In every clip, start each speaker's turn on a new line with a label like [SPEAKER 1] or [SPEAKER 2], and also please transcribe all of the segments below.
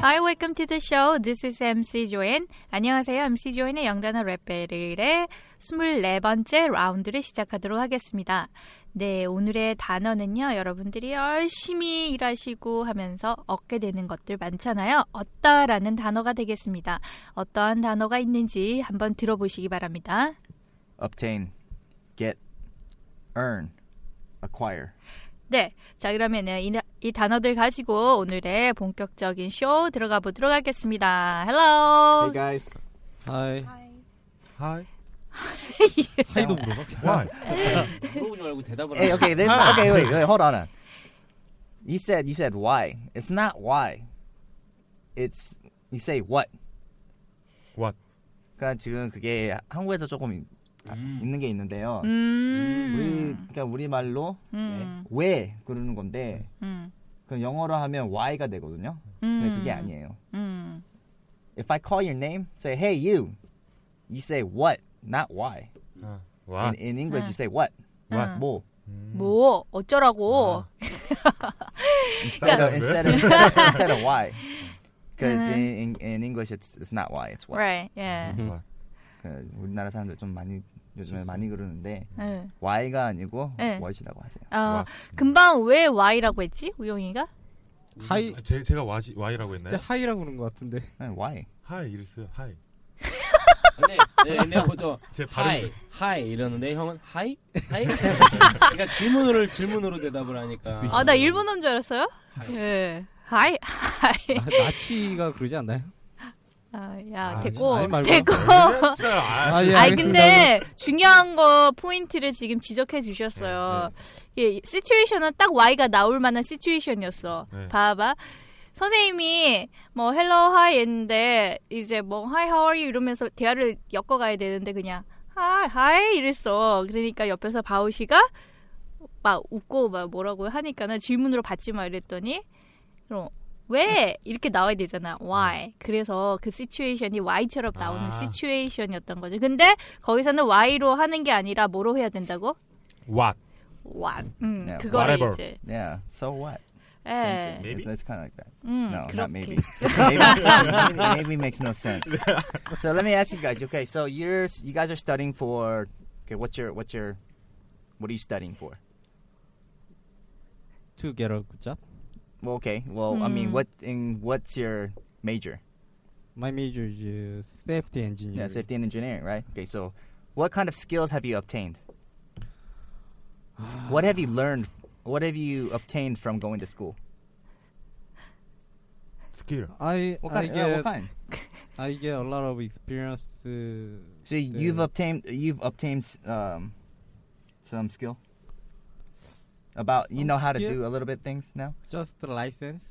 [SPEAKER 1] Hi, welcome to the show. This is MC 조엔. 안녕하세요. MC 조엔의 영단어 랩벨의 24번째 라운드를 시작하도록 하겠습니다. 네, 오늘의 단어는요. 여러분들이 열심히 일하시고 하면서 얻게 되는 것들 많잖아요. 얻다라는 단어가 되겠습니다. 어떠한 단어가 있는지 한번 들어보시기 바랍니다.
[SPEAKER 2] obtain, get, earn, acquire.
[SPEAKER 1] 네. 자, 그러면은 이, 이 단어들 가지고 오늘의 본격적인 쇼 들어가 보도록 하겠습니다. Hello.
[SPEAKER 2] Hey guys.
[SPEAKER 3] 하이. 하이.
[SPEAKER 2] 하이도
[SPEAKER 3] 물어봐. Why?
[SPEAKER 4] 물어보지 말고 대답을
[SPEAKER 2] Hey,
[SPEAKER 4] 하세요.
[SPEAKER 2] okay, then, okay, wait, wait, hold on. uh. You said you said why. It's not why. It's you say what.
[SPEAKER 3] What?
[SPEAKER 2] 그러니까 지금 그게 한국에서 조금 아, 있는 게 있는데요. 우리
[SPEAKER 1] 음.
[SPEAKER 2] 그러니까 우리 말로 네,
[SPEAKER 1] 음.
[SPEAKER 2] 왜 그러는 건데
[SPEAKER 1] 음.
[SPEAKER 2] 그럼 영어로 하면 why가 되거든요. 근데 그게 아니에요.
[SPEAKER 1] 음.
[SPEAKER 2] If I call your name, say hey you, you say what, not why.
[SPEAKER 3] 와.
[SPEAKER 2] In, in English, you say what,
[SPEAKER 3] What?
[SPEAKER 2] 뭐.
[SPEAKER 3] 음.
[SPEAKER 1] 뭐
[SPEAKER 3] 아,
[SPEAKER 1] 어쩌라고.
[SPEAKER 2] instead
[SPEAKER 3] 인싸다
[SPEAKER 2] of instead of, instead of why. Because
[SPEAKER 1] Uh-huh.
[SPEAKER 2] in, in in English it's it's not why it's what.
[SPEAKER 1] Right. 예.
[SPEAKER 2] 그 우리나라 사람들 좀 많이 요즘에 많이 그러는데
[SPEAKER 3] 음.
[SPEAKER 1] 예.
[SPEAKER 2] why가 아니고
[SPEAKER 1] 네.
[SPEAKER 2] what이라고 하세요.
[SPEAKER 1] 아, 금방 왜 Y라고 했지? 우영이가?
[SPEAKER 3] 하이.
[SPEAKER 5] 아, 제, 제가 와시, 와이라고 했나요?
[SPEAKER 3] 진짜 하이라고 그러는 것 같은데.
[SPEAKER 2] 네, why?
[SPEAKER 5] 하이 이랬어요. 하이.
[SPEAKER 4] 근데 네, 내가 보통
[SPEAKER 5] 제 발음.
[SPEAKER 4] 하이 하이 이러는데 형은 하이 하이. 그러니까 질문을 질문으로 대답을 하니까.
[SPEAKER 1] 아,
[SPEAKER 3] 음.
[SPEAKER 1] 나 일본어인 줄 알았어요? 예. 하이. 하이.
[SPEAKER 3] 아, 나치가 그러지 않나요?
[SPEAKER 1] 아, 야,
[SPEAKER 3] 아, 아니,
[SPEAKER 1] 됐고.
[SPEAKER 3] 말고.
[SPEAKER 1] 됐고.
[SPEAKER 5] 진짜 아,
[SPEAKER 3] 아,
[SPEAKER 1] 아니
[SPEAKER 3] 예, 알겠습니다.
[SPEAKER 1] 근데 중요한 거 포인트를 지금 지적해 주셨어요. 예, 시츄에이션은 딱 Y가 나올 만한 시츄에이션이었어.
[SPEAKER 5] 네.
[SPEAKER 1] 봐봐. 선생님이 뭐 헬로 하이 했는데 이제 뭐 하이 하워 유 이러면서 대화를 엮어 가야 되는데 그냥 아, 하이 하이 이랬어. 그러니까 옆에서 바우 씨가 막 웃고 막 뭐라고 하니까는 질문으로 받지 마 이랬더니 그럼 왜 이렇게 나와야 되잖아. Why. 그래서 그 시츄에이션이 Y처럼 나오는
[SPEAKER 5] 아.
[SPEAKER 1] 시츄에이션이었던 거죠. 근데 거기서는 Y로 하는 게 아니라 뭐로 해야 된다고?
[SPEAKER 5] what?
[SPEAKER 1] What. 음,
[SPEAKER 2] Yeah,
[SPEAKER 1] 그거를
[SPEAKER 5] whatever.
[SPEAKER 1] 이제.
[SPEAKER 2] Yeah. So what?
[SPEAKER 1] 예.
[SPEAKER 5] maybe?
[SPEAKER 2] It's, it's kind of like that.
[SPEAKER 1] 음,
[SPEAKER 2] No,
[SPEAKER 1] 그렇게.
[SPEAKER 2] not maybe. maybe. Maybe makes no sense. So let me ask you guys. Okay, so you're you guys are studying for. Okay, what's your what's your what are you studying for?
[SPEAKER 3] To get a good job.
[SPEAKER 2] Well, okay. Well, I
[SPEAKER 1] Mm.
[SPEAKER 2] mean, what in what's your major?
[SPEAKER 3] My major is uh, safety engineer.
[SPEAKER 2] Yeah, safety and engineering, right? Okay, so what kind of skills have you obtained? what have you learned? What have you obtained from going to school?
[SPEAKER 5] 스킬.
[SPEAKER 3] I
[SPEAKER 2] What
[SPEAKER 3] I
[SPEAKER 2] kind? Uh, yeah,
[SPEAKER 3] get
[SPEAKER 2] what kind?
[SPEAKER 3] I get a lot of experience. uh,
[SPEAKER 2] So you've
[SPEAKER 3] uh,
[SPEAKER 2] obtained you've obtained um, some skill about you know how to
[SPEAKER 3] Yeah.
[SPEAKER 2] do a little bit things now.
[SPEAKER 3] just a license.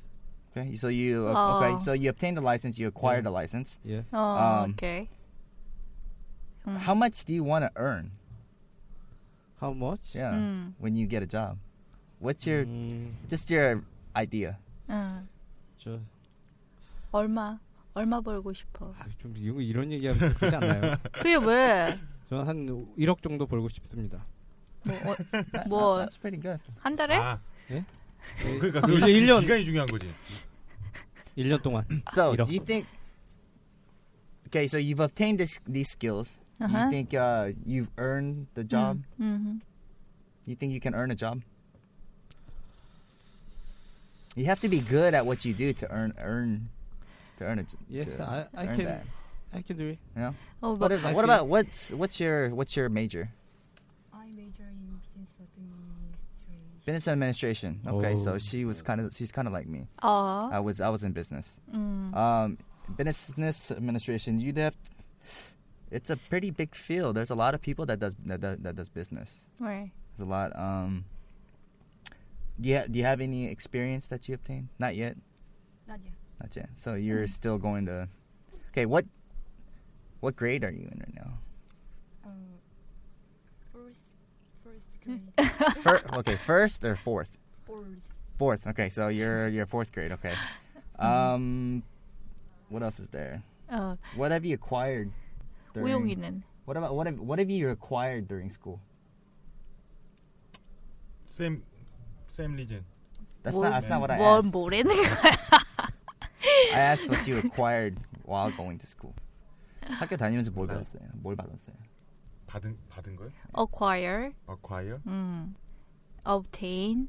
[SPEAKER 2] Okay, so you uh,
[SPEAKER 1] Oh.
[SPEAKER 2] okay? So you obtained a license. You acquired a license.
[SPEAKER 3] Yeah.
[SPEAKER 1] 어,
[SPEAKER 2] 음.
[SPEAKER 1] 오케이. Mm.
[SPEAKER 2] How much do you want to earn?
[SPEAKER 3] How much?
[SPEAKER 2] Yeah,
[SPEAKER 1] 음.
[SPEAKER 2] when you get a job, what's
[SPEAKER 3] Mm.
[SPEAKER 2] your
[SPEAKER 3] 음,
[SPEAKER 2] just your idea?
[SPEAKER 1] 응.
[SPEAKER 3] 저,
[SPEAKER 1] 음. 얼마? 얼마 벌고 싶어?
[SPEAKER 3] 아, 좀 이거 이런 얘기하면 좀 그렇지 않나요?
[SPEAKER 1] 그게 왜?
[SPEAKER 3] 저는 한 1억 정도 벌고 싶습니다.
[SPEAKER 1] 뭐, 어,
[SPEAKER 2] That-
[SPEAKER 1] Well,
[SPEAKER 2] that's pretty good.
[SPEAKER 1] 한 달에?
[SPEAKER 5] 아.
[SPEAKER 3] 예?
[SPEAKER 5] 그러니까 그
[SPEAKER 3] 일- 일년.
[SPEAKER 5] 기간이 중요한 거지.
[SPEAKER 3] 1년 동안.
[SPEAKER 2] So,
[SPEAKER 3] 이런.
[SPEAKER 2] do you think? Okay, so you've obtained this, these skills. Do
[SPEAKER 1] Uh-huh. Mm.
[SPEAKER 2] you think uh, you've earned the job?
[SPEAKER 1] 음.
[SPEAKER 2] You think you can earn a job? You have to be good at what you do to earn earn to earn it.
[SPEAKER 3] Yes,
[SPEAKER 2] to
[SPEAKER 3] I, I
[SPEAKER 2] earn
[SPEAKER 3] can
[SPEAKER 2] that.
[SPEAKER 3] I can do it.
[SPEAKER 2] You know?
[SPEAKER 1] 어, 뭐,
[SPEAKER 2] What, if-
[SPEAKER 3] I
[SPEAKER 2] what
[SPEAKER 3] can-
[SPEAKER 2] about what's what's your what's your major?
[SPEAKER 6] I major in business administration.
[SPEAKER 2] Business administration. Okay,
[SPEAKER 3] Oh.
[SPEAKER 2] so she was kind of she's kind of like me.
[SPEAKER 1] 어,
[SPEAKER 2] I was I was in business.
[SPEAKER 6] Mm.
[SPEAKER 1] 음,
[SPEAKER 2] Um, business administration. You'd have. It's a pretty big field. There's a lot of people that does that does, that does business.
[SPEAKER 1] right.
[SPEAKER 2] There's a lot. Um. Do you, ha- do you have any experience that you obtained? Not yet.
[SPEAKER 6] Not yet.
[SPEAKER 2] Not yet. So you're
[SPEAKER 1] Mm-hmm.
[SPEAKER 2] still going to. Okay, what what grade are you in right now?
[SPEAKER 6] Uh, first, first
[SPEAKER 7] 음.
[SPEAKER 6] grade.
[SPEAKER 2] Fir- okay, first or fourth?
[SPEAKER 6] Fourth.
[SPEAKER 2] Fourth. Okay, so you're you're fourth grade. Okay. Um, what else is there?
[SPEAKER 1] 어,
[SPEAKER 2] What have you acquired? 네.
[SPEAKER 1] 우용이는
[SPEAKER 2] What about what have what have you acquired during school?
[SPEAKER 5] Same same region.
[SPEAKER 2] That's
[SPEAKER 1] 뭘-
[SPEAKER 2] not that's not what I
[SPEAKER 1] 뭘
[SPEAKER 2] asked.
[SPEAKER 1] 모르는 거야.
[SPEAKER 2] I asked what you acquired while going to school. 학교 다니면서 뭘 받았어요? 뭘 받았어요?
[SPEAKER 5] 받은 받은 거요?
[SPEAKER 1] acquire,
[SPEAKER 5] acquire?
[SPEAKER 1] 음, obtain.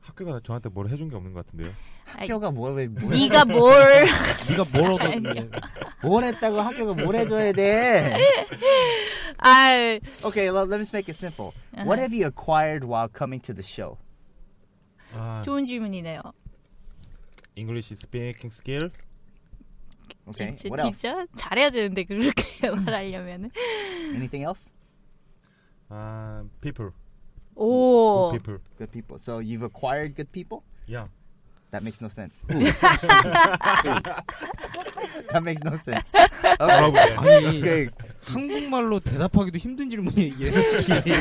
[SPEAKER 5] 학교가 저한테 뭘 해준 게 없는 것 같은데요.
[SPEAKER 1] 아이,
[SPEAKER 2] 학교가 뭘왜뭘
[SPEAKER 1] 네가 뭘
[SPEAKER 3] 네가 뭘 얻었니?
[SPEAKER 2] 뭘 했다고 학교가 뭘 해줘야 돼?
[SPEAKER 1] 아,
[SPEAKER 2] Okay, well, let me make it simple. What have you acquired while coming to the show?
[SPEAKER 5] 아,
[SPEAKER 1] 좋은 질문이네요.
[SPEAKER 5] English speaking skill.
[SPEAKER 2] Okay.
[SPEAKER 1] 진짜,
[SPEAKER 2] What else? 음.
[SPEAKER 1] 진짜 잘해야 되는데 그렇게 말하려면은
[SPEAKER 2] Anything else?
[SPEAKER 5] 아, people.
[SPEAKER 1] 오,
[SPEAKER 2] 뭐
[SPEAKER 5] Good people.
[SPEAKER 2] Good people. So you've acquired good people?
[SPEAKER 5] Yeah.
[SPEAKER 2] That makes no sense. that makes no sense.
[SPEAKER 5] 뭐라고 해야 돼?
[SPEAKER 3] 아니
[SPEAKER 2] Okay.
[SPEAKER 3] 한국말로 대답하기도 힘든 질문이에요. 이게 솔직히.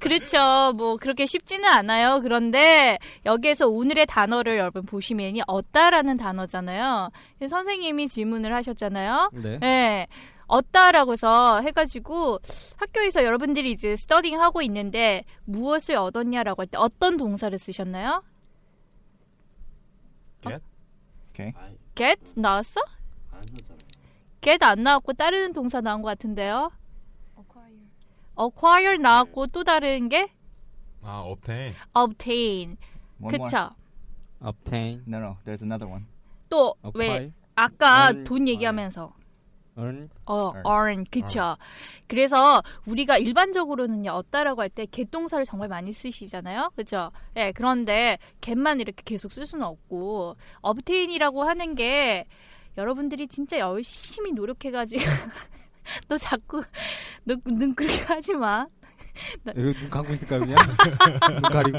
[SPEAKER 1] 그렇죠. 뭐 그렇게 쉽지는 않아요. 그런데 여기에서 오늘의 단어를 여러분 보시면 이 얻다라는 단어잖아요. 그래서 선생님이 질문을 하셨잖아요.
[SPEAKER 3] 네.
[SPEAKER 1] 네. 얻다라고 해서 해가지고 학교에서 여러분들이 이제 스터딩 하고 있는데 무엇을 얻었냐라고 할 때 어떤 동사를 쓰셨나요?
[SPEAKER 2] Okay.
[SPEAKER 1] 어? get 나왔어?
[SPEAKER 4] 안 썼잖아.
[SPEAKER 1] get 안 나왔고 다른 동사 나온 것 같은데요.
[SPEAKER 6] Acquire.
[SPEAKER 1] acquire 나왔고 또 다른 게
[SPEAKER 5] 아, obtain.
[SPEAKER 1] obtain.
[SPEAKER 2] One more.
[SPEAKER 1] 그쵸?
[SPEAKER 3] obtain,
[SPEAKER 2] No, no. There's another one.
[SPEAKER 1] 또 왜
[SPEAKER 3] acquire,
[SPEAKER 1] 아까
[SPEAKER 3] earn,
[SPEAKER 1] 돈 얘기하면서
[SPEAKER 3] earn.
[SPEAKER 1] 어,
[SPEAKER 2] earn.
[SPEAKER 1] earn 그쵸. 그래서 우리가 일반적으로는요 얻다라고 할 때 get동사를 정말 많이 쓰시잖아요, 그쵸? 예, 그런데 get만 이렇게 계속 쓸 수는 없고 obtain이라고 하는 게 여러분들이 진짜 열심히 노력해가지고 너 자꾸 너, 눈 그렇게 하지 마.
[SPEAKER 3] 여기 눈 감고 있을까 그냥? 눈 가리고.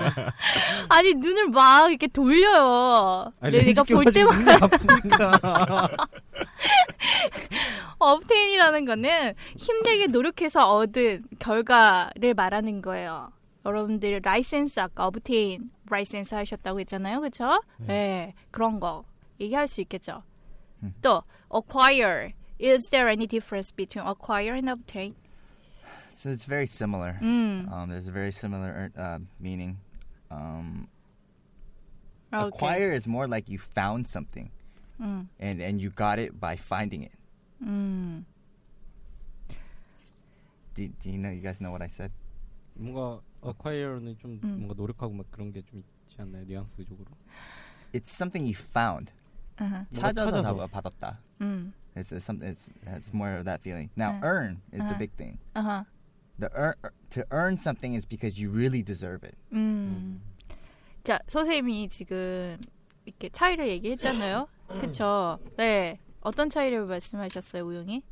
[SPEAKER 1] 아니 눈을 막 이렇게 돌려요.
[SPEAKER 3] 아니,
[SPEAKER 1] 내- 내가
[SPEAKER 3] 렌즈
[SPEAKER 1] 볼
[SPEAKER 3] 껴가지고
[SPEAKER 1] 때마다
[SPEAKER 3] 눈이 아프니까.
[SPEAKER 1] obtain이라는 거는 힘들게 노력해서 얻은 결과를 말하는 거예요. 여러분들 라이센스 아까 obtain 라이센스 하셨다고 했잖아요, 그렇죠? 네. 그런 거 얘기할 수 있겠죠. 또 acquire is there any difference between acquire and obtain?
[SPEAKER 2] So it's very similar.
[SPEAKER 1] 음,
[SPEAKER 2] Um, there's a very similar uh, meaning. Um,
[SPEAKER 1] okay.
[SPEAKER 2] Acquire is more like you found something,
[SPEAKER 1] 음,
[SPEAKER 2] and and you got it by finding it.
[SPEAKER 1] 음.
[SPEAKER 2] Do, do you know? You guys know what I said?
[SPEAKER 3] 뭔가 acquire는 좀
[SPEAKER 1] 음.
[SPEAKER 3] 뭔가 노력하고 막 그런 게 좀 있지 않나요? 뉘앙스적으로.
[SPEAKER 2] It's something you found.
[SPEAKER 1] 아하,
[SPEAKER 3] 뭔가
[SPEAKER 2] 찾아서
[SPEAKER 3] 찾아서.
[SPEAKER 2] 다- 받았다.
[SPEAKER 1] uh-huh. 음,
[SPEAKER 2] It's, it's something. It's it's more of that feeling. Now,
[SPEAKER 1] Uh.
[SPEAKER 2] earn is
[SPEAKER 1] Uh.
[SPEAKER 2] the big thing.
[SPEAKER 1] 아하,
[SPEAKER 2] The earn, to earn something is because you really deserve it.
[SPEAKER 1] 음. 자, 선생님이 지금 이렇게 차이를 얘기했잖아요, 그렇죠? 네, 어떤 차이를 말씀하셨어요, 우영이?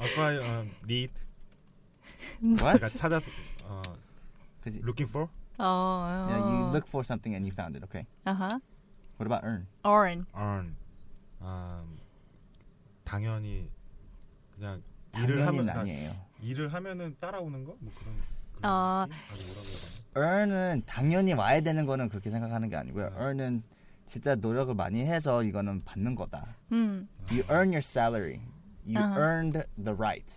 [SPEAKER 5] acquire um, need.
[SPEAKER 2] What?
[SPEAKER 5] 그러니까 찾아서 어,
[SPEAKER 2] 'Cause you-
[SPEAKER 5] looking for
[SPEAKER 1] 어, 어.
[SPEAKER 2] yeah, you look for something and you found it. Okay.
[SPEAKER 1] 아하.
[SPEAKER 2] What about earn?
[SPEAKER 1] earn.
[SPEAKER 5] earn. 음, 당연히 그냥 일을
[SPEAKER 2] 당연히는
[SPEAKER 5] 하면 아,
[SPEAKER 2] 아니에요.
[SPEAKER 5] 일을 하면은 따라오는 거? 뭐 그런 그런
[SPEAKER 1] 어.
[SPEAKER 5] 느낌? 아니, 뭐라고 해야 되나?
[SPEAKER 2] earn은 당연히 와야 되는 거는 그렇게 생각하는 게 아니고요.
[SPEAKER 5] 음.
[SPEAKER 2] earn은 진짜 노력을 많이 해서 이거는 받는 거다.
[SPEAKER 1] 음.
[SPEAKER 2] You earn your salary. You
[SPEAKER 1] Uh-huh.
[SPEAKER 2] earned the right.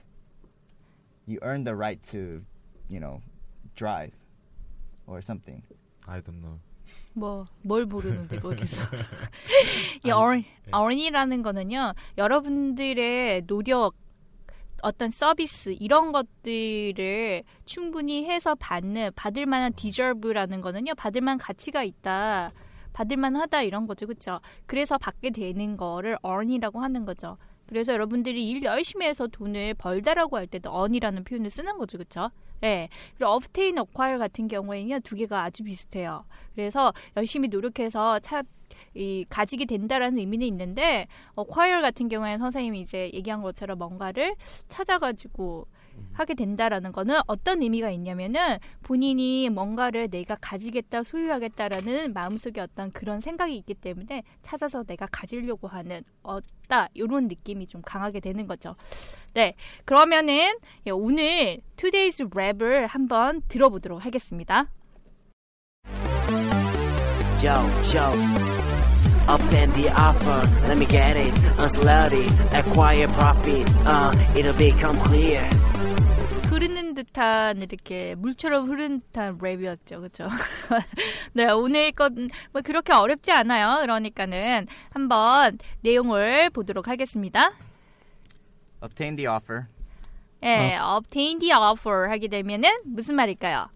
[SPEAKER 2] You earned the right to, you know, drive or something.
[SPEAKER 5] I don't know.
[SPEAKER 1] 뭐 뭘 모르는데 거기서 이 earn, earn이라는 거는요 여러분들의 노력 어떤 서비스 이런 것들을 충분히 해서 받는 받을 만한 디저브라는 거는요. 받을 만한 가치가 있다. 받을 만하다 이런 거죠. 그렇죠? 그래서 받게 되는 거를 earn이라고 하는 거죠. 그래서 여러분들이 일 열심히 해서 돈을 벌다라고 할 때도 earn이라는 표현을 쓰는 거죠. 그렇죠? 예. 그리고 obtain, acquire 같은 경우에는요. 두 개가 아주 비슷해요. 그래서 열심히 노력해서 차, 이 가지게 된다라는 의미는 있는데 acquire 같은 경우에는 선생님이 이제 얘기한 것처럼 뭔가를 찾아가지고 하게 된다라는 거는 어떤 의미가 있냐면은 본인이 뭔가를 내가 가지겠다, 소유하겠다라는 마음속에 어떤 그런 생각이 있기 때문에 찾아서 내가 가지려고 하는 얻다 이런 느낌이 좀 강하게 되는 거죠. 네, 그러면은 예, 오늘 Today's Rap을 한번 들어보도록 하겠습니다.
[SPEAKER 8] Yo, yo. Obtain the offer, let me get it. Unslutty, acquire profit, uh, it'll become clear.
[SPEAKER 1] 흐르는 듯한 이렇게 물처럼 흐르는 듯한 랩이었죠, 그렇죠? 네, 오늘 건 뭐 그렇게 어렵지 않아요. 그러니까는 한번 내용을 보도록 하겠습니다.
[SPEAKER 2] Obtain the offer.
[SPEAKER 1] 예,
[SPEAKER 3] 아.
[SPEAKER 1] obtain the offer 하게 되면은 무슨 말일까요?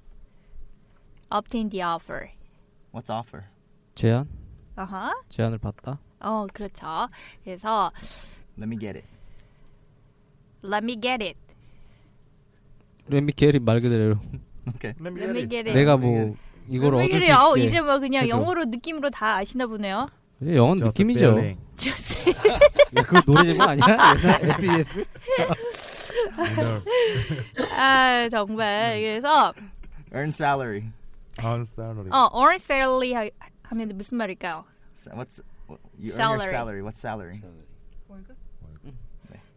[SPEAKER 1] obtain the offer.
[SPEAKER 2] What's offer?
[SPEAKER 3] 제안?
[SPEAKER 1] 어허.
[SPEAKER 3] 제안을 받다.
[SPEAKER 1] 어, 그렇죠. 그래서
[SPEAKER 2] Let me get it.
[SPEAKER 1] let me get it.
[SPEAKER 3] 렘미 게리 말 그대로
[SPEAKER 2] Okay.
[SPEAKER 5] Let
[SPEAKER 1] let me get it.
[SPEAKER 3] 내가 뭐 이걸
[SPEAKER 1] 왜
[SPEAKER 3] 얻을 수
[SPEAKER 1] 그래요?
[SPEAKER 3] 있지.
[SPEAKER 1] 어, 이제 뭐 그냥
[SPEAKER 3] 그죠.
[SPEAKER 1] 영어로 느낌으로 다 아시나 보네요.
[SPEAKER 3] 예, 영어는
[SPEAKER 5] Just a
[SPEAKER 3] 느낌이죠.
[SPEAKER 5] feeling.
[SPEAKER 3] 야, 그거 노래 제목 아니야? 옛날
[SPEAKER 1] 네.
[SPEAKER 3] FES?
[SPEAKER 5] Inner
[SPEAKER 1] 아, 정말. 그래서
[SPEAKER 2] Earn salary.
[SPEAKER 5] unsalary.
[SPEAKER 1] 어, earn salary 하, 하면 무슨 말일까요?
[SPEAKER 2] Sa- What's you earn
[SPEAKER 1] Salary.
[SPEAKER 2] your salary? What's salary?
[SPEAKER 6] 월급?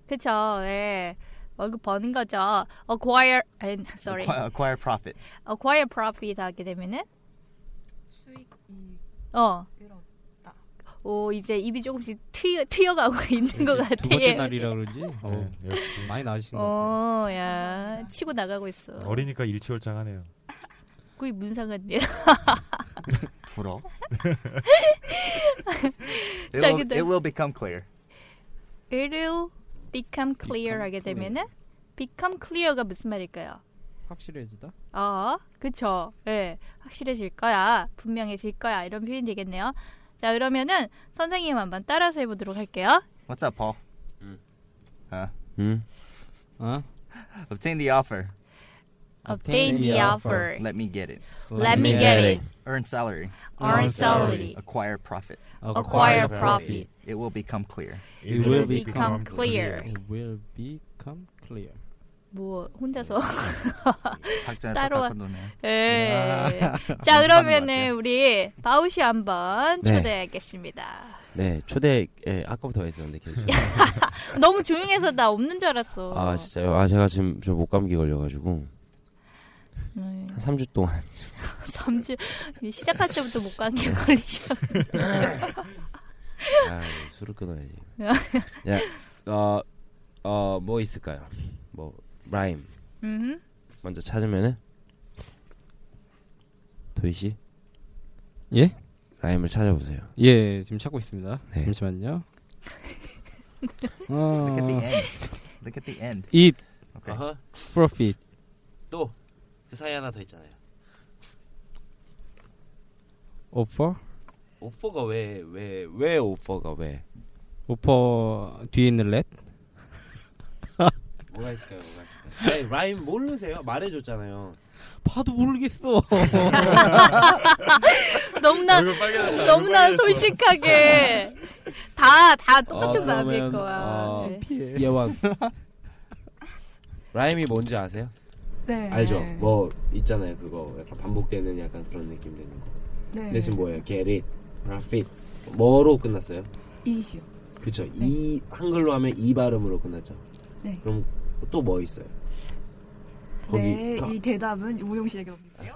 [SPEAKER 1] 그쵸? 예. 월급 버는 거죠. acquire and sorry.
[SPEAKER 2] Acquire, acquire profit.
[SPEAKER 1] acquire profit 하게 되면은
[SPEAKER 6] 수익이
[SPEAKER 1] 어.
[SPEAKER 6] 늘어
[SPEAKER 1] 오, 이제 입이 조금씩 트여, 트여가고 있는 것 같아요.
[SPEAKER 3] 두 번째 날이라 그런지 어,
[SPEAKER 5] 네, 역시.
[SPEAKER 3] 많이 나으신 것 같아요.
[SPEAKER 1] 네. 어, 야, 치고 나가고 있어.
[SPEAKER 5] 어리니까 일치월장하네요.
[SPEAKER 1] 그게 무슨 상관이에요?
[SPEAKER 2] 부러. it,
[SPEAKER 1] 자,
[SPEAKER 2] will,
[SPEAKER 1] 근데-
[SPEAKER 2] it will become clear.
[SPEAKER 1] It'll become clear
[SPEAKER 3] Become
[SPEAKER 1] 하게
[SPEAKER 3] clear.
[SPEAKER 1] 되면은 become clear가 무슨 말일까요?
[SPEAKER 3] 확실해지다.
[SPEAKER 1] 어, 그쵸. 예, 확실해질 거야. 분명해질 거야. 이런 표현이 되겠네요. 자, 그러면은 선생님 한번 따라서 해보도록 할게요.
[SPEAKER 2] What's up, Paul?
[SPEAKER 3] 어?
[SPEAKER 2] Obtain the offer.
[SPEAKER 1] Obtain the offer.
[SPEAKER 2] Let me get it.
[SPEAKER 1] Let me get it.
[SPEAKER 2] Earn salary.
[SPEAKER 1] Earn salary.
[SPEAKER 2] Acquire profit.
[SPEAKER 1] Acquire profit.
[SPEAKER 2] It will become clear.
[SPEAKER 3] It
[SPEAKER 1] will become clear.
[SPEAKER 3] It will become clear.
[SPEAKER 1] 뭐 혼자서.
[SPEAKER 2] 박자
[SPEAKER 1] 따로
[SPEAKER 2] 똑같은 노네.
[SPEAKER 1] 예.
[SPEAKER 3] 아.
[SPEAKER 1] 자,
[SPEAKER 2] 것
[SPEAKER 1] 그러면은
[SPEAKER 2] 같아요.
[SPEAKER 1] 우리 바우시 한번
[SPEAKER 9] 네.
[SPEAKER 1] 초대하겠습니다.
[SPEAKER 9] 네 초대 예, 아까부터 했었는데 계속
[SPEAKER 1] 너무 조용해서 나 없는 줄 알았어.
[SPEAKER 9] 아 진짜요 아 제가 지금 저 목감기 걸려가지고
[SPEAKER 1] 네.
[SPEAKER 9] 한 3주 동안
[SPEAKER 1] 3주 시작할 때부터 못 가는 게 걸리셔.
[SPEAKER 9] 아, 술을 끊어야지 어, 야어어뭐 있을까요 뭐 라임
[SPEAKER 1] 음.
[SPEAKER 9] 먼저 찾으면은 도희 씨
[SPEAKER 3] 예?
[SPEAKER 9] 라임을 찾아보세요
[SPEAKER 3] 예, 지금 찾고 있습니다.
[SPEAKER 9] 네.
[SPEAKER 3] 잠시만요.
[SPEAKER 2] Look at the
[SPEAKER 3] 어,
[SPEAKER 2] end. Look at the end.
[SPEAKER 3] eat
[SPEAKER 2] Okay.
[SPEAKER 3] profit.
[SPEAKER 9] 또그 사이 하나 더 있잖아요
[SPEAKER 3] offer.
[SPEAKER 9] 오퍼가 왜 왜 왜 오퍼가 왜
[SPEAKER 3] offer 뒤에 있는 렛.
[SPEAKER 9] 뭐가 있을까요 뭐가 있을까요
[SPEAKER 4] 아니, 라임 모르세요? 말해줬잖아요.
[SPEAKER 3] 봐도 모르겠어.
[SPEAKER 1] 너무나 너무나 솔직하게 다 다 똑같은
[SPEAKER 9] 어,
[SPEAKER 1] 마음일
[SPEAKER 4] 그러면,
[SPEAKER 1] 거야.
[SPEAKER 9] 어,
[SPEAKER 1] 네.
[SPEAKER 4] 예왕.
[SPEAKER 9] 라임이 뭔지 아세요
[SPEAKER 6] 네.
[SPEAKER 9] 알죠 뭐 있잖아요 그거 약간 반복되는 약간 그런 느낌 되는 거
[SPEAKER 6] 네.
[SPEAKER 9] 근데 지금 뭐예요 get it profit 뭐로 끝났어요
[SPEAKER 6] 이슈.
[SPEAKER 9] 그쵸 이 한글로 하면 이 발음으로 끝났죠
[SPEAKER 6] 네.
[SPEAKER 9] 그럼 또 뭐 있어요
[SPEAKER 6] 네,
[SPEAKER 9] 가-
[SPEAKER 6] 이 대답은 우용 씨에게 없는데요.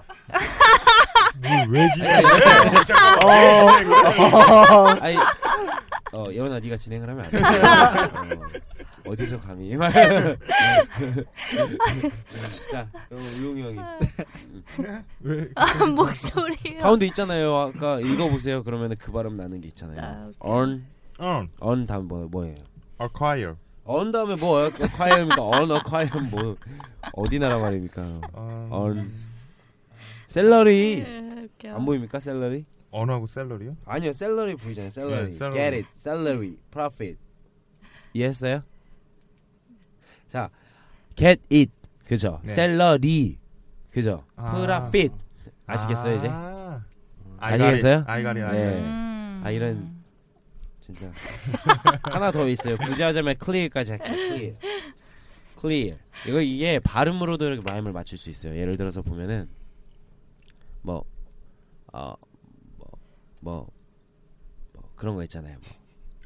[SPEAKER 5] 뭐, 왜지?
[SPEAKER 9] 아니, 어, 예원아, 네가 진행을 하면 안 돼. 어, 어디서 감히? 자, 아, 그럼 우용이 형이.
[SPEAKER 5] 왜?
[SPEAKER 1] 아, 목소리가
[SPEAKER 9] 가운데 있잖아요. 아까 읽어보세요. 그러면 그 발음 나는 게 있잖아요.
[SPEAKER 1] 아,
[SPEAKER 9] earn,
[SPEAKER 5] 응.
[SPEAKER 9] earn 다음 뭐, 뭐예요?
[SPEAKER 5] Acquire.
[SPEAKER 9] 언 다음에 뭐 어, 과일입니까? 언 어과일은 뭐 어디 나라 말입니까? 언
[SPEAKER 5] Um,
[SPEAKER 9] 셀러리
[SPEAKER 1] 네, 웃겨.
[SPEAKER 9] 안 보입니까 셀러리?
[SPEAKER 5] 언하고 셀러리요?
[SPEAKER 9] 아니요 셀러리 보이잖아요 네, 셀러리.
[SPEAKER 5] 예, 셀러리.
[SPEAKER 9] Get it, salary, profit. 이해했어요? 자, get it 그죠?
[SPEAKER 5] 네.
[SPEAKER 9] 셀러리 그죠?
[SPEAKER 5] 아.
[SPEAKER 9] profit 아시겠어요 네, 이제?
[SPEAKER 5] 아. I got it.
[SPEAKER 9] 아시겠어요?
[SPEAKER 5] I got it, I got it.
[SPEAKER 1] 음.
[SPEAKER 9] 아 이런 진짜 하나 더 있어요. 굳이 하자면 clear까지 할게요. clear. clear. 이거 이게 발음으로도 이렇게 마음을 맞출 수 있어요. 예를 들어서 보면은 뭐 어, 뭐, 뭐, 뭐 그런 거 있잖아요.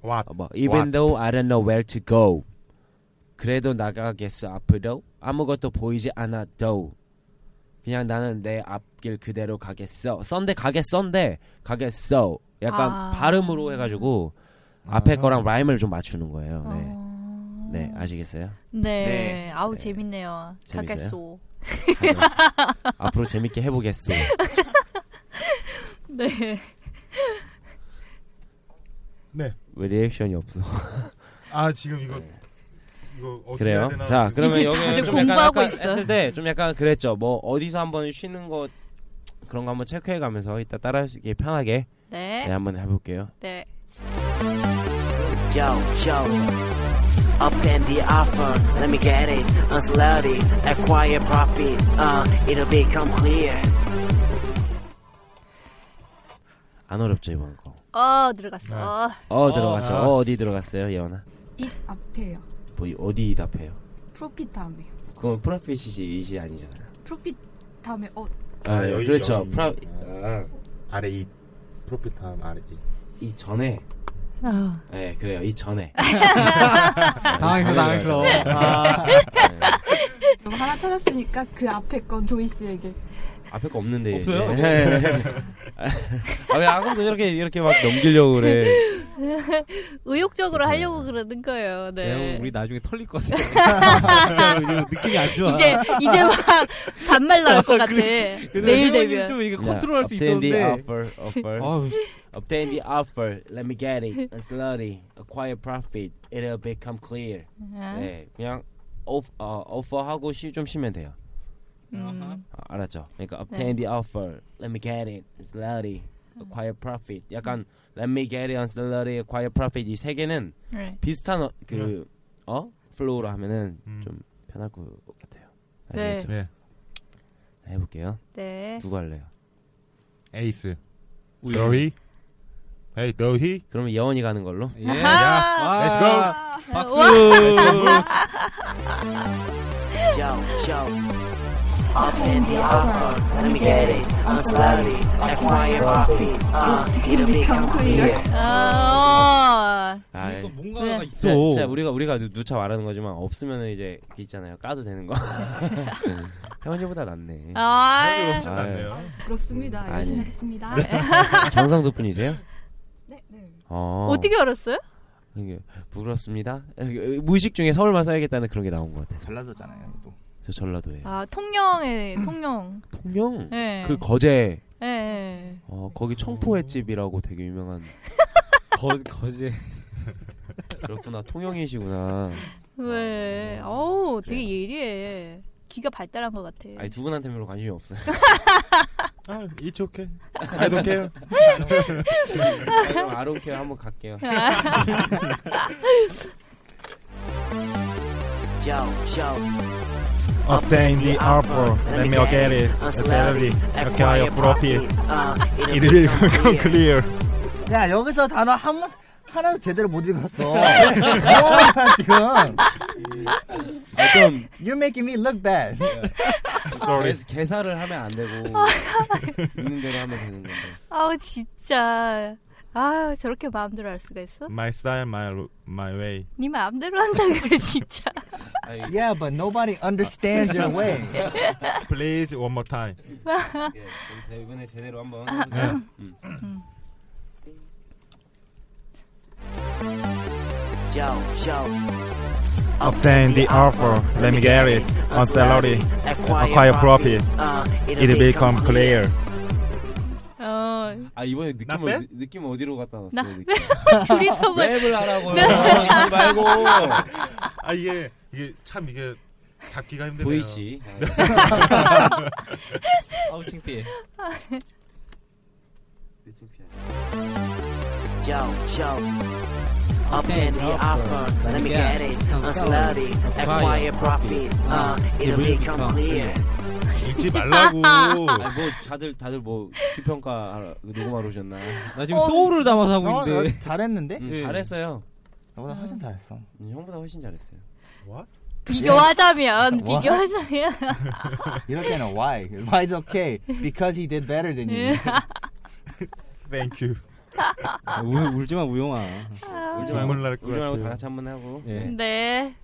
[SPEAKER 9] 뭐.
[SPEAKER 5] What?
[SPEAKER 9] 어, 뭐 even though I don't know where to go. 그래도 나가겠어 앞으로 아무것도 보이지 않아도 그냥 나는 내 앞길 그대로 가겠어. 썬데 가겠썬데 가겠어. 약간
[SPEAKER 1] 아.
[SPEAKER 9] 발음으로 해가지고 앞에 거랑 라임을 좀 맞추는 거예요. 네.
[SPEAKER 1] 어.
[SPEAKER 9] 네, 아시겠어요?
[SPEAKER 1] 네. 아우 재밌네요.
[SPEAKER 9] 재밌어요?
[SPEAKER 1] 가겠소.
[SPEAKER 9] 앞으로 재밌게 해보겠어.
[SPEAKER 1] 네.
[SPEAKER 9] 왜 리액션이 없어?
[SPEAKER 5] 아 지금 이거 이거 어떻게 해야
[SPEAKER 9] 그래요?
[SPEAKER 5] 되나
[SPEAKER 9] 자,
[SPEAKER 5] 지금.
[SPEAKER 9] 그러면 여기 좀 약간 아까
[SPEAKER 5] 있어요.
[SPEAKER 9] 했을 때 좀 약간 그랬죠. 뭐 어디서 한번 쉬는 거 그런 거 한번 체크해가면서 이따 따라하기 편하게
[SPEAKER 1] 네.
[SPEAKER 9] 네 한번 해볼게요.
[SPEAKER 1] 네.
[SPEAKER 8] Yo, yo. Obtain the offer, let me get it. Unslowly, acquire profit, uh, it'll become clear.
[SPEAKER 9] 안 어렵죠 이번 거.
[SPEAKER 1] 어 들어갔어.
[SPEAKER 9] 어, 들어갔죠.
[SPEAKER 5] 아.
[SPEAKER 9] 어, 어디 들어갔어요, 예원아?
[SPEAKER 6] 이 앞에요.
[SPEAKER 9] 뭐 이- 어디 답해요?
[SPEAKER 6] 프로핏 다음에.
[SPEAKER 9] 그건 프로핏이지 이시 아니잖아요.
[SPEAKER 6] 프로핏 다음에 어.
[SPEAKER 9] 아,
[SPEAKER 5] 여기
[SPEAKER 9] 그렇죠.
[SPEAKER 5] 여기.
[SPEAKER 9] 프로
[SPEAKER 5] 아래 이 프로필 다음 아래 이.
[SPEAKER 9] 이 전에
[SPEAKER 1] 어.
[SPEAKER 6] 아.
[SPEAKER 9] 네, 그래요. 이 전에.
[SPEAKER 3] 당황했어, 당황했어. 아.
[SPEAKER 6] 너무 하나 찾았으니까 그 앞에 건 도희 씨에게.
[SPEAKER 9] 앞에 거 없는데.
[SPEAKER 6] 없어요?
[SPEAKER 9] 아왜 아까부터 이렇게 이렇게 막 넘기려고 그래.
[SPEAKER 1] 의욕적으로 하려고 그러는 거예요. 네.
[SPEAKER 3] 우리 나중에 털릴 것 같아. 진짜로 이거 느낌이 안 좋아.
[SPEAKER 1] 이제 이제 막 반말 나올 것 같아. 내일 되면
[SPEAKER 3] 좀 이게
[SPEAKER 9] 그냥
[SPEAKER 3] 컨트롤할 수
[SPEAKER 9] obtain the
[SPEAKER 3] 있었는데.
[SPEAKER 9] offer, offer. Obtain the offer. Let me get it. It's slowly acquire profit. It'll become clear.
[SPEAKER 1] 아.
[SPEAKER 9] 네, 그냥 오프, 어, 오퍼하고 쉬, 좀 쉬면 돼요.
[SPEAKER 1] 음.
[SPEAKER 9] 아, 알았죠? 그러니까 obtain the offer. Let me get it. It's slowly
[SPEAKER 1] 음.
[SPEAKER 9] acquire profit. 약간 let me get it. It's slowly acquire profit. 이 세 개는
[SPEAKER 1] 네.
[SPEAKER 9] 비슷한 어, 그 어? 플로우로 하면은
[SPEAKER 3] 음.
[SPEAKER 9] 좀 편할 것 같아요.
[SPEAKER 1] 네.
[SPEAKER 9] 아시겠죠?
[SPEAKER 5] 네.
[SPEAKER 9] 자, 해볼게요.
[SPEAKER 1] 네.
[SPEAKER 9] 누구 할래요?
[SPEAKER 5] 에이스. 너희. 에이 너희.
[SPEAKER 9] 그러면 예원이 가는 걸로.
[SPEAKER 5] 예. 야. Let's go.
[SPEAKER 8] Yo, yo. Obtain the offer, let me get it. Unslowly, acquire profit, uh, it'll become clear.
[SPEAKER 1] 아, 어.
[SPEAKER 9] 아, 예.
[SPEAKER 3] 이거 뭔가가
[SPEAKER 1] 네.
[SPEAKER 3] 있어.
[SPEAKER 9] 진짜, 진짜 우리가 우리가 누- 누차 말하는 거지만 없으면 이제 그 있잖아요. 까도 되는 거. 혜원이보다 네. 낫네.
[SPEAKER 1] 아, 예.
[SPEAKER 5] 훨씬 낫네요.
[SPEAKER 9] 아유.
[SPEAKER 6] 부럽습니다.
[SPEAKER 9] 아니.
[SPEAKER 6] 열심히 하겠습니다.
[SPEAKER 9] 정상도 분이세요?
[SPEAKER 6] 네, 네.
[SPEAKER 9] 어.
[SPEAKER 1] 어떻게 알았어요?
[SPEAKER 9] 이게 부끄럽습니다. 무의식 중에 서울만 써야겠다는 그런 게 나온 것 같아요.
[SPEAKER 2] 전라도잖아요. 또.
[SPEAKER 9] 저 전라도에.
[SPEAKER 1] 아, 통영의 통영.
[SPEAKER 9] 통영.
[SPEAKER 1] 네.
[SPEAKER 9] 음. 그 거제.
[SPEAKER 1] 예, 예.
[SPEAKER 9] 어, 거기 청포의 집이라고 되게 유명한.
[SPEAKER 3] 거, 거제.
[SPEAKER 9] 그렇구나. 통영이시구나.
[SPEAKER 1] 왜?
[SPEAKER 9] 아,
[SPEAKER 1] 어우, 되게 예리해. 귀가 발달한 것 같아.
[SPEAKER 9] 아니 두 분한테 별로 관심이 없어요.
[SPEAKER 5] 아, it's okay. I don't care.
[SPEAKER 9] 그럼 아론케어 한번 갈게요.
[SPEAKER 1] 네.
[SPEAKER 8] Yo, yo.
[SPEAKER 5] Obtain the offer. Let me get it. Salary. Acquire profit.
[SPEAKER 8] Uh, it'll
[SPEAKER 5] It will become clear.
[SPEAKER 2] 야 여기서 단어 한 하나도 제대로 못 읽었어. 뭐야 지금?
[SPEAKER 9] 어떤
[SPEAKER 2] You're making me look bad.
[SPEAKER 9] sorry. 개사를 하면 안 되고 있는 대로 하면 되는 건데.
[SPEAKER 1] 아우, 진짜. 아유, 저렇게 마음대로 할 수가 있어?
[SPEAKER 5] My style, my my way.
[SPEAKER 1] 네 마음대로 한다 그래, 진짜.
[SPEAKER 2] Yeah, but nobody understands your way.
[SPEAKER 5] Please one more time.
[SPEAKER 9] 예, 그럼 대- 이번에 제대로 한번 해보세요. 음.
[SPEAKER 8] Yo, yo.
[SPEAKER 5] Obtain the offer. Let me get it. On salary. Acquire profit.
[SPEAKER 8] Uh,
[SPEAKER 5] It will become clear.
[SPEAKER 1] 어,
[SPEAKER 9] 아 이번에
[SPEAKER 5] 나
[SPEAKER 9] 느낌을
[SPEAKER 5] 빼?
[SPEAKER 9] 느낌 어디로 갔다 왔어요?
[SPEAKER 1] 나
[SPEAKER 9] 느낌?
[SPEAKER 1] 둘이서 뭐.
[SPEAKER 9] 랩을 하라고요.
[SPEAKER 1] 네.
[SPEAKER 9] 이거 말고
[SPEAKER 10] 아 이게 이게 참 이게 잡기가 힘드네요.
[SPEAKER 9] 보이시.
[SPEAKER 10] 네.
[SPEAKER 4] 아우 창피해.
[SPEAKER 8] Yo, yo. Up in the offer, let me get it. Unslutty, acquire profit. Uh, it'll become clear.
[SPEAKER 9] 읽지
[SPEAKER 8] 말라고.
[SPEAKER 9] 아니, 뭐 자들 다들 뭐 기평가 녹음하러 오셨나?
[SPEAKER 4] 나 지금 어. 소울을 담아서 하고
[SPEAKER 2] 어, 있는데. 나 uh, 잘했는데?
[SPEAKER 9] 응,
[SPEAKER 2] 예.
[SPEAKER 9] 잘했어요.
[SPEAKER 2] 나보다 훨씬 잘했어.
[SPEAKER 9] 응, 형보다 훨씬 잘했어요.
[SPEAKER 1] 비교하자면
[SPEAKER 9] 뭐?
[SPEAKER 2] What?
[SPEAKER 1] 비교하자면
[SPEAKER 2] 이럴 때는 why? Why's okay? Because he did better than you.
[SPEAKER 10] Thank you.
[SPEAKER 3] 울, 울지 마 우영아.
[SPEAKER 9] 울지 말고
[SPEAKER 10] 눈물 날것
[SPEAKER 9] 울지 말고
[SPEAKER 10] 같아요.
[SPEAKER 5] 네.
[SPEAKER 9] 다 같이 한번 하고.
[SPEAKER 3] 예.
[SPEAKER 1] 네.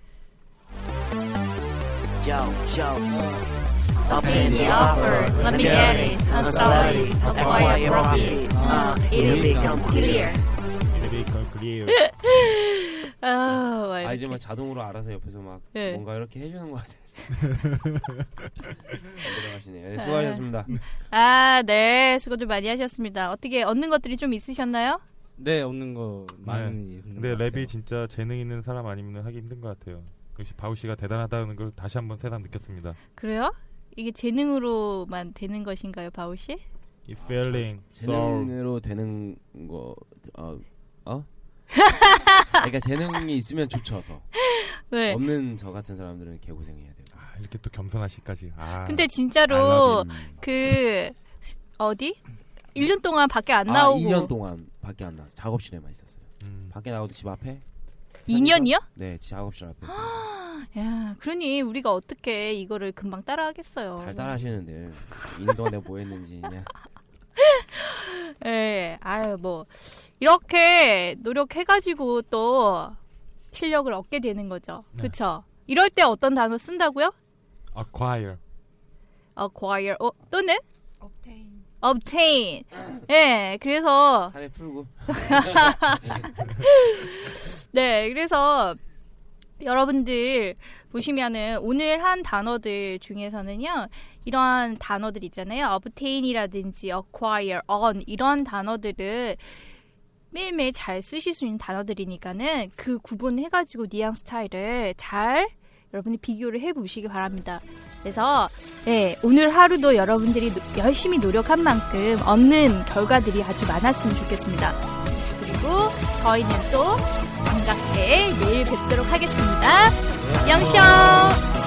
[SPEAKER 8] Yo, yo. Up in the offer, let me get it. Unslutty, acquire profit. Uh, it'll become clear.
[SPEAKER 1] 아, 와,
[SPEAKER 9] 아 이제 막 자동으로 알아서 옆에서 막
[SPEAKER 1] 예.
[SPEAKER 9] 뭔가 이렇게 해주는 것 같아. 안 들어가시네요. 네, 수고하셨습니다.
[SPEAKER 1] 아, 네. 수고들 많이 하셨습니다. 어떻게 얻는 것들이 좀 있으셨나요?
[SPEAKER 3] 네 없는 거 많이.
[SPEAKER 10] 네. 근데
[SPEAKER 9] 음.
[SPEAKER 10] 랩이 진짜 재능 있는 사람 아니면 하기 힘든 것 같아요. 역시 바우 씨가 대단하다는 걸 다시 한번 새삼 느꼈습니다.
[SPEAKER 1] 그래요? 이게 재능으로만 되는 것인가요, 바울 씨?
[SPEAKER 10] 이 feeling, soul.
[SPEAKER 9] 재능으로 되는 거 어? 어? 그러니까 재능이 있으면 좋죠 더.
[SPEAKER 1] 네.
[SPEAKER 9] 없는 저 같은 사람들은 개고생해야 돼요.
[SPEAKER 10] 아, 이렇게 또 겸손하시까지. 아.
[SPEAKER 9] I
[SPEAKER 1] 근데
[SPEAKER 9] love
[SPEAKER 1] 진짜로
[SPEAKER 9] him.
[SPEAKER 1] 그 어디? 1년 동안 밖에 안
[SPEAKER 9] 아,
[SPEAKER 1] 나오고
[SPEAKER 9] 2년 동안 밖에 안 나와서 작업실에만 있었어요.
[SPEAKER 10] 음.
[SPEAKER 9] 밖에 나오도 집 앞에.
[SPEAKER 1] 2년이요?
[SPEAKER 9] 네, 집 작업실 앞에.
[SPEAKER 1] 야, 그러니 우리가 어떻게 이거를 금방 따라하겠어요.
[SPEAKER 9] 잘 따라하시는데 2년 동안 내가 뭐 했는지 그냥.
[SPEAKER 1] 예, 아유 뭐 이렇게 노력해가지고 또 실력을 얻게 되는 거죠. 그렇죠? 이럴 때 어떤 단어 쓴다고요?
[SPEAKER 10] acquire.
[SPEAKER 1] acquire 어, 또는 obtain. 예, 그래서
[SPEAKER 9] 살에 풀고.
[SPEAKER 1] 네, 그래서 여러분들 보시면은 오늘 한 단어들 중에서는요 이런 단어들 있잖아요 obtain이라든지 acquire, earn 이런 단어들을 매일매일 잘 쓰실 수 있는 단어들이니까는 그 구분해가지고 뉘앙스 차이를 잘 여러분이 비교를 해보시기 바랍니다. 그래서 예, 오늘 하루도 여러분들이 노- 열심히 노력한 만큼 얻는 결과들이 아주 많았으면 좋겠습니다. 그리고 저희는 또 반갑게 내일 뵙도록 하겠습니다. 영쇼!